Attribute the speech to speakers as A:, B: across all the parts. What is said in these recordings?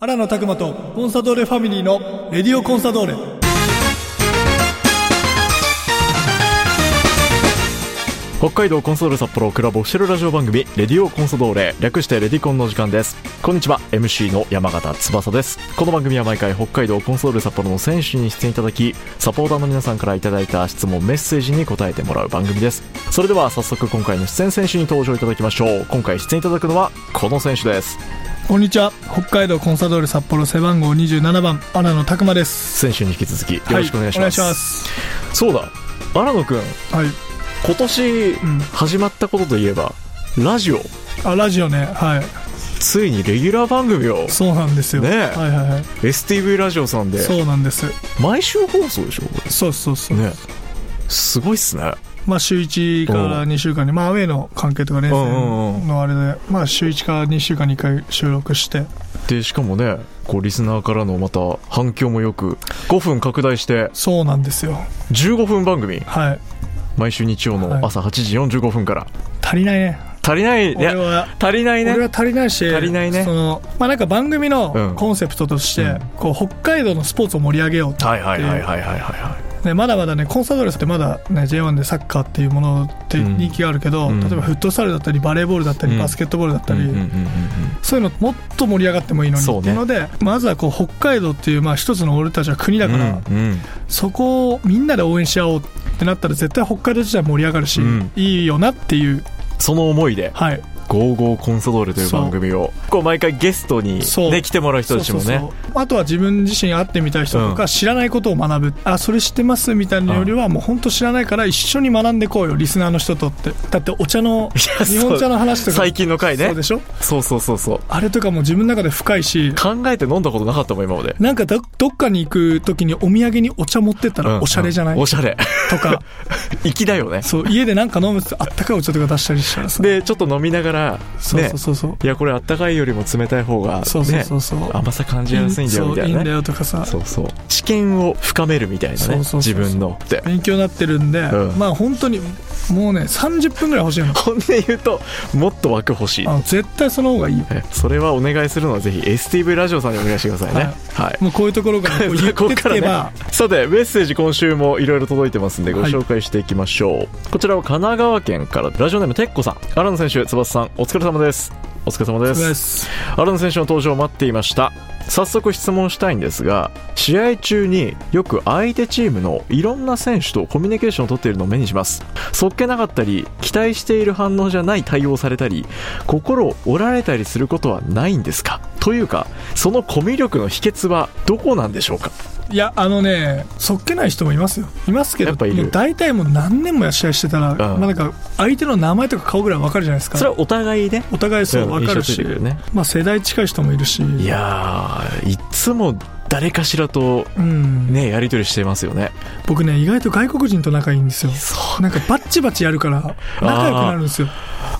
A: 荒野拓磨とコンサドーレファミリーのレディオコンサドーレ。
B: 北海道コンソール札幌クラブオフィシャルラジオ番組「レディオコンソドーレ」略して「レディコン」の時間ですこんにちは MC の山形翼ですこの番組は毎回北海道コンソール札幌の選手に出演いただきサポーターの皆さんからいただいた質問メッセージに答えてもらう番組ですそれでは早速今回の出演選手に登場いただきましょう今回出演いただくのはこの選手です
A: こんにちは。北海道コンサドーレ札幌背番号27番、荒野拓磨です。
B: 選手に引き続きよろしくお願いします,、
A: はい、お願いします。
B: そうだ荒野くん
A: はい。
B: 今年
A: うん。
B: 始まったことといえばラジオ
A: あ、ラジオね。はい。
B: ついにレギュラー番組を
A: そうなんですよ。
B: ねえ
A: はいはいはい。
B: STV ラジオさんで
A: そうなんです。
B: 毎週放送でしょこ
A: そうそうそう。
B: れねすごいっすね
A: まあ、週1から2週間に、まあ、アウェイの関係とかね、
B: うんうんうん
A: のあれで、まあ、週1から2週間に1回収録して、
B: でしかもねこうリスナーからのまた反響もよく5分拡大して
A: そうなんですよ。
B: 15分番組
A: はい。
B: 毎週日曜の朝8時45分から、
A: 足りないね。
B: 足りない
A: 俺
B: ね
A: は、
B: 足りないね
A: 俺は足りないし
B: 足りないね
A: そのまあなんか番組
B: う
A: の
B: ん
A: コンセプトとして、
B: うん
A: こう北海道のスポーツを盛り上げようと、
B: はいはいはいはいはいはい
A: ね、まだまだねコンサドーレスってまだね J1 でサッカーっていうものって
B: うん
A: 人気があるけど、
B: うん
A: 例えばフットサルだったりバレーボールだったり、
B: うん
A: バスケットボールだったり、
B: うんうんうんうん
A: そういうのもっと盛り上がってもいいのに
B: そ
A: っ
B: うね
A: ていうのでまずはこう北海道っていう、まあ、一つの俺たちは国だ
B: う
A: から、
B: んうん
A: そこをみんなで応援し合おうってなったら絶対北海道自体盛り上がるし、
B: うん
A: いいよなっていう
B: その思いで
A: はい
B: 「ゴーゴーコンソドール」という番組をこう毎回ゲストに、
A: そう
B: ね、来てもらう人たちもね
A: そうそうそうあとは自分自身会ってみたい人と
B: う
A: か知らないことを学ぶ、あそれ知ってますみたいなよりはもう本当知らないから一緒に学んでこうよリスナーの人とってだってお茶の
B: いや
A: 日本茶の話とか
B: 最近の回
A: そ
B: ね
A: うでしょ
B: そうそうそうそう
A: あれとかも自分の中で深いし
B: 考えて飲んだことなかったもん今まで
A: なんかどどっかに行く時にお土産にお茶持ってった
B: うん
A: らおしゃれじゃない、
B: うんおしゃれ
A: とか
B: 粋だよね
A: そう家でなんか飲むとあったかいお茶とか出したりしたらさ
B: でちょっと飲みながら
A: そう
B: ね
A: そうそうそう、
B: いやこれあったかいよりも冷たい方が
A: そうそうそうそう、
B: ね甘さ感じやすいんだよみ
A: そ
B: た
A: う
B: い
A: いい
B: なん
A: だ
B: ね
A: よとかさ
B: そうそう知見を深めるみたいな
A: そう
B: ね
A: そうそうそ
B: 自
A: う
B: 分のって
A: 勉強になってるんで、
B: うん
A: まあ本当にもうね30分ぐらい欲しいの
B: 本音言うともっと枠欲しい
A: あの絶対その方がいいよ
B: えそれはお願いするのはぜひ STV ラジオさんにお願いしてくださいねはい
A: もうこういうところからこう言っ
B: ここ
A: て
B: か
A: け
B: らね
A: ば、
B: さてメッセージ今週もいろいろ届いてますんでご紹介していきましょう、こちらは神奈川県からラジオネームてっこさん新野選手翼さんお疲れ様ですお疲れ様で
A: お願いしますす
B: 新野選手の登場を待っていました早速質問したいんですが試合中によく相手チームのいろんな選手とコミュニケーションを取っているのを目にしますそっけなかったり期待している反応じゃない対応されたり心を折られたりすることはないんですかというかそのコミュ力の秘訣はどこなんでしょうか
A: いやあのねそっけない人もいますよいますけど
B: やっぱいる
A: もう大体もう何年も試合してたら、まあ、なんか相手の名前とか顔ぐらい分かるじゃないですか
B: それはお互いね
A: お互いそう分かるし、
B: ね、
A: まあ、世代近い人もいるし
B: いやーいつも誰かしらと
A: うん
B: ねやり取りしてますよね
A: 僕ね意外と外国人と仲いいんですよなんかバッチバチやるから仲良くなるんですよ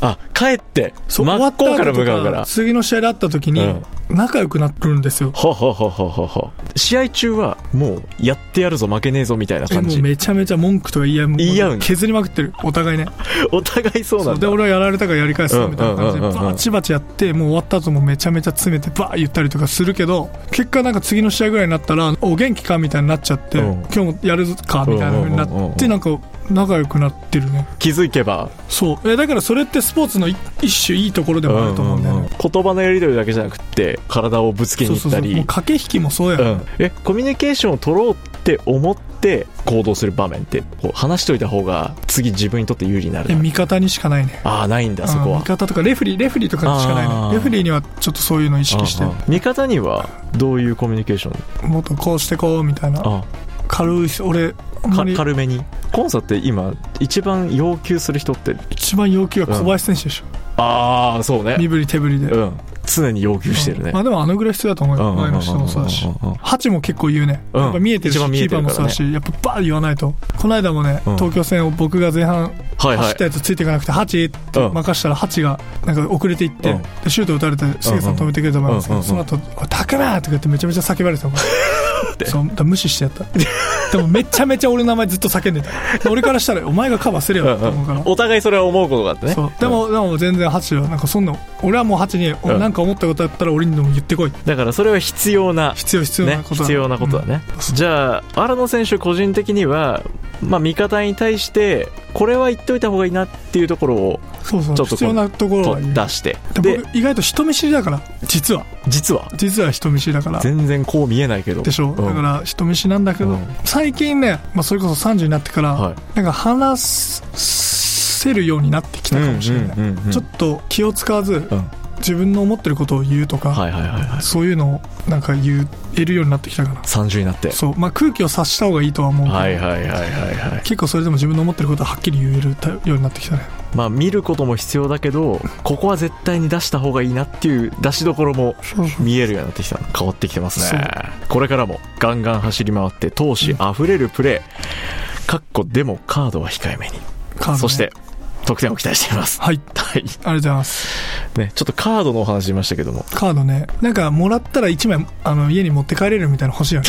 B: あ帰って
A: そう
B: 真っ向から
A: 後と
B: 向かうから
A: 次の試合で会った時に仲良くなってるんですよ、
B: ほうほうほうほうほうほう試合中はもうやってやるぞ負けねえぞみたいな
A: え
B: 感
A: もう
B: じ
A: めちゃめちゃ文句とか言い合いもう
B: 言い合うんだ
A: 削りまくってるお互いね
B: お互いそう
A: そ
B: な
A: うんで
B: だ
A: 俺はやられたからやり返す
B: う
A: ぞ
B: ん
A: みたいな感じで
B: うんうんうんうん
A: バチバチやってもう終わった後もめちゃめちゃ詰めてバー言ったりとかするけど結果なんか次の試合ぐらいになったらお元気かみたいになっちゃって
B: うん
A: 今日もやるぞかみたいな風にな
B: うんうんうん
A: っ
B: う
A: てなんか仲良くなってるね
B: 気づけば
A: そうえだからそれってスポーツのい一種いいところでもあると思うんだよ
B: うんうんう
A: ね
B: ん言葉のやり取りだけじゃなくって体をぶつけ
A: そ
B: に
A: うそ
B: 行
A: う
B: っ
A: そ
B: た
A: うも
B: り
A: う駆け引きもそうや
B: うんえコミュニケーションを取ろうって思って行動する場面ってこう話しといた方が次自分にとって有利になる
A: え
B: な
A: 味方にしかないね
B: ああないんだそこ
A: うん
B: は
A: 味方とかレフェリーレフェリーとかにしかない
B: あ
A: ね
B: ー
A: レフェリーにはちょっとそういうの意識して
B: ああああ味方にはどういうコミュニケーション
A: もっとこうしてこうみたいな
B: あ
A: 軽いし俺あん
B: か
A: まり
B: 軽めにコンサって今一番要求する人って
A: 一番要求は小林選手でしょ、
B: ああそうね
A: 身振り手振りで、
B: うん常に要求してるね
A: まあでもあのぐらい必要だと思うよ前の人もそうだしハチも結構言うね、
B: うん
A: やっぱ見えてるし
B: 一番見
A: キ
B: え
A: ー
B: て
A: パー
B: るから
A: も
B: ね
A: そうだしやっぱバー言わないとこの間もね、
B: うん
A: 東京戦を僕が前半
B: はいは
A: 走
B: い
A: ったやつついていかなくて、ハチって任したらハチがなんか遅れていって、
B: うん
A: でシュート打たれてシゲさん止めてくれたと思いますけど、
B: うんうんうん
A: その後おい「たくま!」とか言ってめちゃめちゃ叫ばれてたもん
B: って
A: そうだから無視してやったでもめちゃめちゃ俺の名前ずっと叫んでた俺からしたらお前がカバーすれ
B: う
A: よ
B: ん
A: と思うから
B: うんお互いそれは思うことがあってね
A: そうでも、でも全然ハチはなんかそんな俺はもうハチに、お
B: うん
A: なんか思ったことあったら俺にでも言ってこい
B: だからそれは必要な
A: 必要必要な
B: ね、
A: ことだ、
B: 必要なことだね、
A: うん
B: じゃあ荒野選手個人的には、まあ、味方に対してこれは言っといた方がいいなっていうところを
A: うんそうそう
B: ちょっとこう
A: 必要なところ
B: と
A: は
B: 出
A: 言う
B: して
A: で
B: で
A: 僕意外と人見知りだから実は
B: 実は
A: 実は人見知りだから
B: 全然こう見えないけど
A: でしょ、
B: うん
A: だから人見知りなんだけど、
B: うん
A: 最近ね、まあ、それこそ30になってから、
B: は
A: なんか話せるようになってきたかもしれない、
B: うんうんうんうん
A: ちょっと気を使わず、
B: ん
A: 自分の思ってることを言うとか、
B: はいはいはいはい
A: そういうのをなんか言えるようになってきたかな
B: 30になって
A: そうまあ空気を察した方がいいとは思うけど、
B: はいはいはいはいはい
A: 結構それでも自分の思ってることをはっきり言えるようになってきたね
B: まあ見ることも必要だけどここは絶対に出した方がいいなっていう出しどころも
A: そうそう
B: 見えるようになってきた変わってきてますねこれからもガンガン走り回って闘志あふれるプレーかっこでもカードは控えめに
A: カードね
B: そして得点を期待しています
A: はいあ
B: はい
A: りがとうございます
B: ねちょっとカードのお話しましたけども
A: カードねなんかもらったら1枚あの家に持って帰れるみたいなの欲しい よね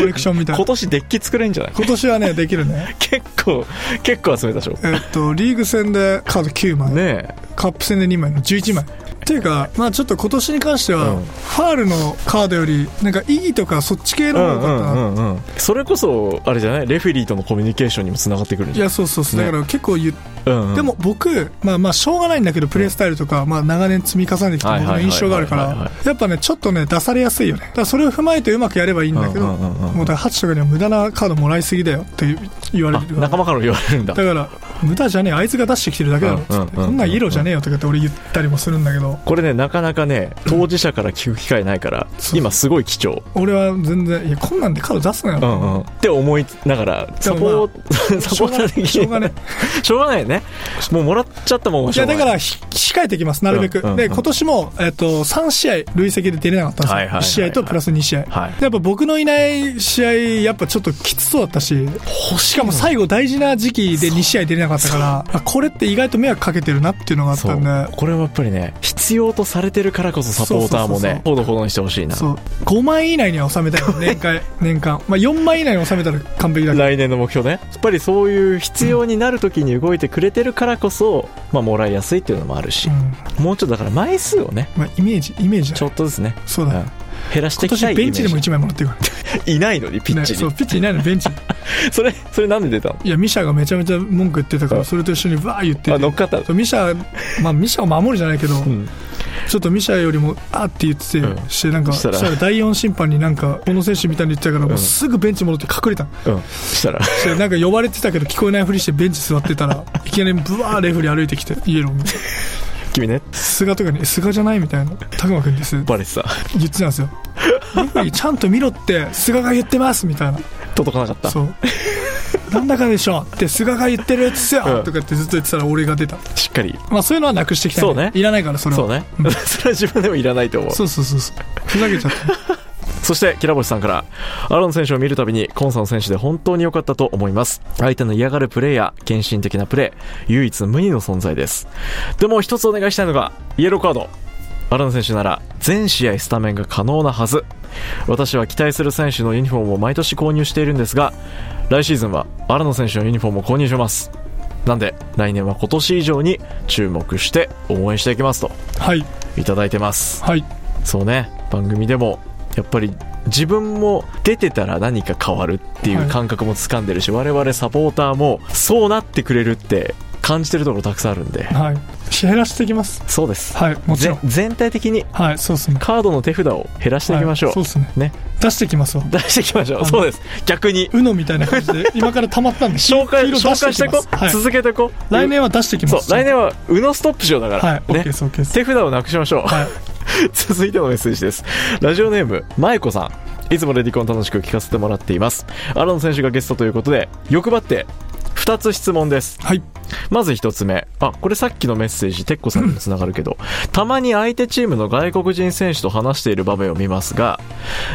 A: コレクションみたいな
B: 今年デッキ作れんじゃない
A: 今年はねできる ね
B: 結構結構集めたでしょ
A: えっとリーグ戦でカード9枚、
B: ねえ
A: カップ戦で2枚の11枚っていうか、まあ、ちょっと今年に関しては、
B: うん
A: ファールのカードよりなんか意義とかそっち系の方が良かったな、
B: うんうんうんうんそれこそあれじゃないレフェリーとのコミュニケーションにもつながってくるん
A: い
B: じゃ
A: やそうそうそう、
B: ね
A: だから結構言っ
B: ない、うんうん
A: でも僕、まあまあしょうがないんだけど、プレイスタイルとか、まあ長年積み重ねてきた僕の印象があるか
B: はいはいはいはい
A: ら
B: は、
A: やっぱね、ちょっとね、出されやすいよね。だからそれを踏まえてうまくやればいいんだけど、
B: うんうんうんう
A: も
B: ん
A: うだからハチとかには無駄なカードもらいすぎだよって言われ
B: あ
A: てるから。
B: 仲間からも言われるんだ
A: だから、無駄じゃねえ、あいつが出してきてるだけだろ、つって
B: うんうんうんうん
A: こんなんイエローじゃねえよとかって俺言ったりもするんだけど、
B: これねなかなかね当事者から聞く機会ないから
A: そう
B: 今すごい貴重
A: 俺は全然、いや、こんなんでカード出すなよ。
B: うんうんって思いながらサポーサ
A: しょ
B: ポ
A: うが
B: ータ
A: な
B: ー
A: い。
B: 的
A: しょうが
B: に
A: ない。
B: しょうがないよねもうもらっちゃったもんはい
A: や、だから、ひ控えてきます、なるべく。
B: うんうんうん
A: で、今年も、えっと、3試合、累積で出れなかったんですよ。
B: はいはいはいは
A: 1
B: い
A: 試合とプラス2試合。
B: はい
A: やっぱ僕のいない試合、やっぱちょっときつそうだったし、しかも最後大事な時期で2試合出れなかったから、あこれって意外と迷惑かけてるなっていうのがあっ
B: そ
A: たん
B: う
A: で、
B: これはやっぱりね必要とされてるからこそサポーターもねほどほどにしてほしいな
A: そう、5枚以内には収めたい、年間、 年間。まあ、4枚以内に収めたら完璧だけど、
B: 来年の目標ねやっぱりそういう必要になる時に動いてくれてるからこそ、まあ、もらいやすいっていうのもあるし
A: うん、
B: もうちょっとだから枚数をね
A: まあ、イメージ、イメージだ
B: ちょっとですね、
A: そう
B: うん
A: だ。
B: 減らして
A: 今
B: いきたい
A: 年ベンチでも1枚もらってるから、
B: いないのにピッチ
A: ね
B: に、
A: そう、ピッチいないの、ベンチに。
B: それそれなんで出たの
A: いや、ミシャがめちゃめちゃ文句言ってたか
B: うん
A: ら、それと一緒にわー言ってて
B: あ乗っかった
A: そうミシャ、ま あ、ミシャを守るじゃないけど、
B: うん
A: ちょっとミシャよりも、あーって言ってて、
B: うん
A: して、なんか、
B: したら
A: したら第4審判になんか、この選手みたいに言ってたから、もうすぐベンチ戻って隠れたの。
B: うんしたら
A: して、なんか呼ばれてたけど、聞こえないふりしてベンチ座ってたら、いきなりブワーレフリー歩いてきて、イエローみたいな。
B: 君ね
A: 菅とかに、え菅じゃないみたいな。たくまくんです。
B: バレてた
A: 言ってたんですよ。レフリーちゃんと見ろって、菅が言ってますみたいな。
B: 届かなかった
A: そう。なんだかでしょって菅が言ってるっつよ、
B: うん
A: とかってずっと言ってたら俺が出た。
B: しっかり
A: まあそういうのはなくしてきたい
B: そうね
A: いらないからそれは。
B: そうね、 それは自分でもいらないと思う
A: そうそうそうそう。ふざけちゃった。
B: そして、キラボシさんから、アロン選手を見るたびに、コンサの選手で本当に良かったと思います。相手の嫌がるプレーや、献身的なプレー、唯一無二の存在です。でも、一つお願いしたいのが、イエローカード。アロン選手なら、全試合スタメンが可能なはず。私は期待する選手のユニフォームを毎年購入しているんですが、来シーズンは、アラノ選手のユニフォームを購入します。なんで、来年は今年以上に注目して応援していきますと、
A: はい。
B: いただいてます。
A: はい。
B: そうね番組でもやっぱり自分も出てたら何か変わるってい
A: は
B: う
A: い
B: 感覚もつかんでるし、我々サポーターもそうなってくれるって感じてるところたくさんあるんで
A: はい。減らしていきます。
B: そうです
A: はい。もちろ
B: ぜ
A: ん。
B: 全体的に
A: はい。そうっすね。
B: カードの手札を減らしていきましょう、
A: はいそうっすね。
B: ね
A: 出してきますわ。
B: 出していきましょう
A: あの
B: そうです逆に
A: うのみたいな感じで、今から溜まったんで、
B: 紹介
A: 黄色
B: 紹
A: 出
B: 介していこ
A: き
B: う、
A: ますはい。
B: 続けていこう
A: 来年は出してきま
B: そう
A: す。
B: 来年は「うのストップ」しようだから、
A: はい。オッケー
B: ね
A: です、オッケーです。
B: 手札をなくしましょう、
A: はい。
B: 続いてのメッセージですラジオネームまえこさんいつもレディコン楽しく聞かせてもらっていますアロン選手がゲストということで欲張って2つ質問です
A: はい。
B: まず1つ目あこれさっきのメッセージてっこさんにもつながる けどたまに相手チームの外国人選手と話している場面を見ますが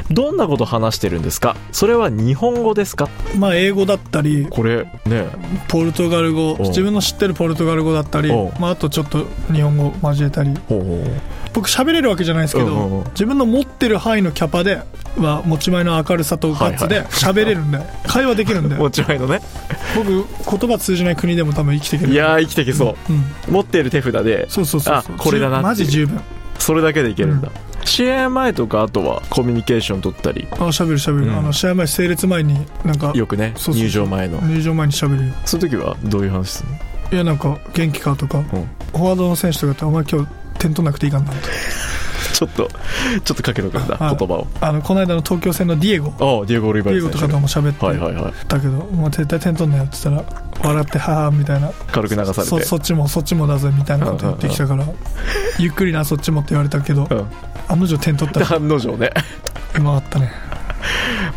B: どんなこと話してるんですかそれは日本語ですか
A: まあ、英語だったり、
B: これね
A: ポルトガル語
B: おう、
A: 自分の知ってるポルトガル語だったり
B: おう、
A: まあ、あとちょっと日本語交えたり、
B: ほうほう
A: 僕喋れるわけじゃないですけど、
B: うんうんうん
A: 自分の持ってる範囲のキャパで、まあ、持ち前の明るさとガッツ
B: はい
A: で
B: はい
A: 喋れる んで、会話できるんで
B: 持ち前のね
A: 僕言葉通じない国でも多分生きていける
B: いやー生きてけそう
A: うん、
B: 持っている手札で
A: そうそうそう
B: あ
A: そう
B: これだなっていう
A: マジ十分
B: それだけでいけるんだ、試合前とかあとはコミュニケーション取ったり
A: あ喋る喋る、
B: うん
A: あの試合前整列前になんか
B: よくね
A: そうそう
B: 入場前の
A: 入場前に喋るよ
B: その時はどういう話するの
A: いやなんか元気かとか、
B: うん
A: フォワードの選手とかってお前今日点取んなくていいかんなと
B: ちょっとちょっとかけろくんだ
A: はい
B: 言葉を
A: あのこの間の東京戦のディエゴ
B: ああディエゴ・オリバ
A: ディエ
B: ル
A: ゴ
B: 選
A: とか
B: 手
A: とも喋って
B: はいはいはい
A: たけど、もう絶対点取んなよって言ったら笑ってはぁみたいな
B: 軽く流されて
A: そそっちもそっちもだぜみたいなこと言ってきたからゆっくりなそっちもって言われたけど
B: うん、
A: 案の定点取った
B: で
A: ら
B: 案の定ね
A: うまかったね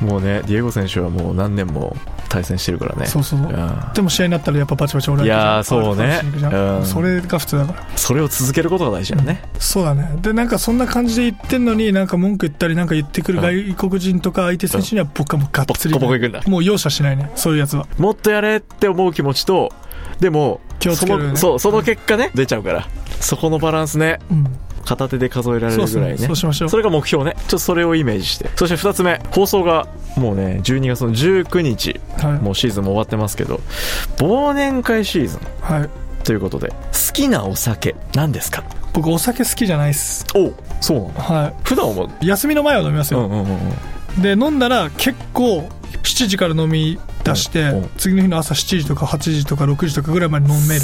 B: もうねディエゴ選手はもう何年も対戦してるからね
A: そうそう
B: うん
A: でも試合になったらやっぱバチバチ俺られて
B: いやーそうね
A: ファウルしに行くじゃん
B: うん
A: それが普通だから
B: それを続けることが大事だね、
A: そうだねでなんかそんな感じで言ってんのになんか文句言ったりなんか言ってくる外国人とか相手選手には僕はもうガッ
B: ボ
A: ツ
B: ッ
A: リ
B: コボコいくんだ
A: もう容赦しないねそういうやつは
B: もっとやれって思う気持ちとでも
A: 気をつ
B: そ
A: けるよ
B: の
A: ね
B: そうその結果ね、出ちゃうからそこのバランスね
A: うん
B: 片手で数えられ
A: そう
B: るぐ
A: そう
B: らいね
A: そうしましょう
B: それが目標ねちょっとそれをイメージしてそして2つ目放送がもうね12月の19日
A: は
B: もうシーズンも終わってますけど忘年会シーズン
A: い、はい、
B: ということで好きなお酒何ですか
A: 僕お酒好きじゃないっす
B: おうそうなの
A: は
B: 普段は、
A: い休みの前は飲みます
B: う
A: よ、
B: んうんうんうん、
A: で飲んだら結構7時から飲み出して、
B: うんうん
A: 次の日の朝7時とか8時とか6時とかぐらいまで飲める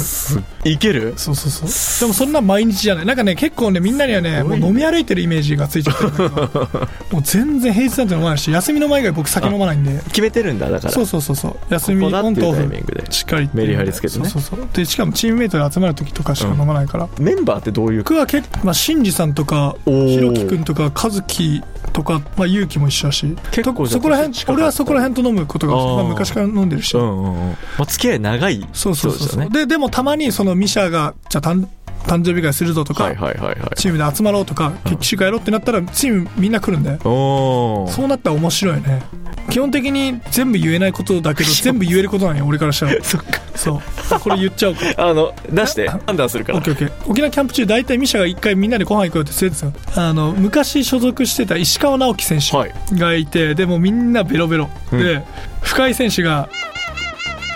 B: いける
A: そうそうそうでもそんな毎日じゃないなんかね結構ねみんなにはね
B: す
A: も
B: ご
A: う
B: いね
A: 飲み歩いてるイメージがついちゃってるん だけどもう全然平日なんて飲まないし休みの前以外僕酒飲まないんで
B: 決めてるんだだから
A: そう
B: こ
A: そうそうそう休み
B: こだって
A: オン
B: い
A: とオ
B: うタイミ
A: フ
B: ングで
A: しっかり
B: メリハリつけてね
A: そうそうそうでしかもチームメイトで集まる時とかしか飲まないから、
B: メンバーってどういう
A: 僕は結構、まあ、シンジさんとか
B: おー
A: ひろきくんとか和樹とか、まあ、ゆうきも一緒だし
B: 結構
A: と
B: じゃ
A: そ
B: あ
A: こら
B: 年
A: 辺
B: 近かった
A: 俺はそこら辺と飲むことが多いです
B: あー
A: まあ、昔から飲んでるし、
B: うんうんうんまあ、付き合い長い
A: そうそうそう
B: 人
A: そう
B: ですよね
A: ででもたまにそのミシャがじゃあ誕誕生日会するぞとか、
B: はいはいはいはい
A: チームで集まろうとか決起集会やろうってなったらチームみんな来るんで
B: おお
A: そうなったら面白いね基本的に全部言えないことだけ ど全部言えることなんよ俺からしたら
B: そっか
A: そうこれ言っちゃおうか
B: あの出して判断するか
A: オ
B: ら
A: ッケーオッケー沖縄キャンプ中大体ミシャが一回みんなでご飯行こうよって言ってたんですよあの昔所属してた石川直樹選
B: はい
A: 手がいて、でもうみんなベロベロ、
B: うん
A: で深井選手が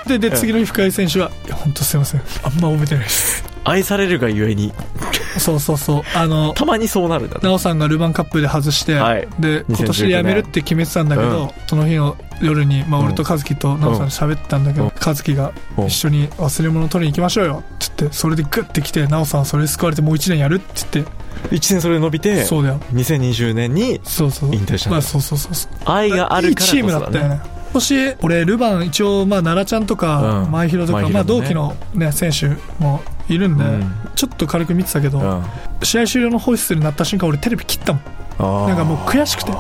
A: でで次の日深井選手は「いや本当すいませんあんま覚えてないです
B: 愛されるがゆえに」
A: そうそうそうあの
B: たまにそうなるんだね
A: 奈緒さんがルヴァンカップで外して、
B: はい
A: で今年で辞めるって決めてたんだけど、その日の夜に、まあ、
B: うん
A: 俺と和樹と奈緒さんで喋ってたんだけど、
B: うん
A: 和樹が
B: うん
A: 一緒に忘れ物取りに行きましょうよって言ってそれでグッて来て奈緒さんはそれで救われてもう1年やるって言って、
B: 1年それで伸びて
A: そうだよ
B: 2020年に
A: そうそう
B: 引退したん
A: ま
B: だ
A: あ、そうそうそうそう
B: 愛があるからこそ
A: いいチームだったよね今年俺ルヴァン一応まあ奈良ちゃんとか
B: うん
A: 前広とか、
B: 前広
A: まあ、
B: も
A: 同
B: ね
A: 期の、ね、選手もいるんで、
B: うん
A: ちょっと軽く見てたけど、
B: うん
A: 試合終了のホイッスルになった瞬間俺テレビ切ったもんなんかもう悔しくて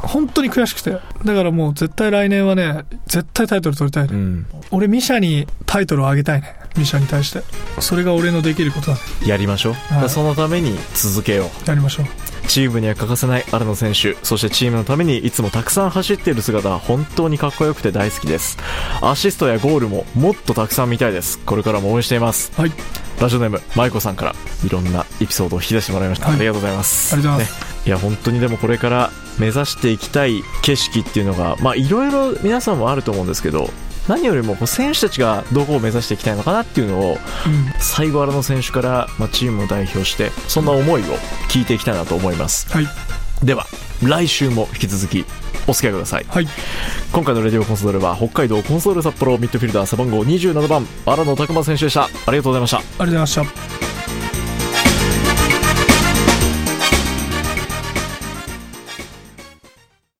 A: 本当に悔しくてだからもう絶対来年はね絶対タイトル取りたいね、
B: うん
A: 俺ミシャにタイトルをあげたいねミシャに対してそれが俺のできることだね
B: やりましょう、だからそのために続けよう
A: やりましょう
B: チームには欠かせない新野選手そしてチームのためにいつもたくさん走っている姿は本当にかっこよくて大好きですアシストやゴールももっとたくさん見たいですこれからも応援しています
A: はい
B: ラジオネーム舞子さんからいろんなエピソードを引き出してもらいました、
A: はい
B: ありがとうございます、
A: ありがとうございます
B: ねいや本当にでもこれから目指していきたい景色っていうのがまあいろいろ皆さんもあると思うんですけど何よりもこう選手たちがどこを目指していきたいのかなっていうのを
A: うん
B: 最後、新野選手から、まあ、チームを代表してそんな思いを聞いていきたいなと思います
A: はい
B: では来週も引き続きお付き合いください
A: はい
B: 今回のレディオコンソドールは北海道コンソール札幌ミッドフィルダー背番号27番荒野拓磨選手でしたありがとうございました
A: ありがとうございました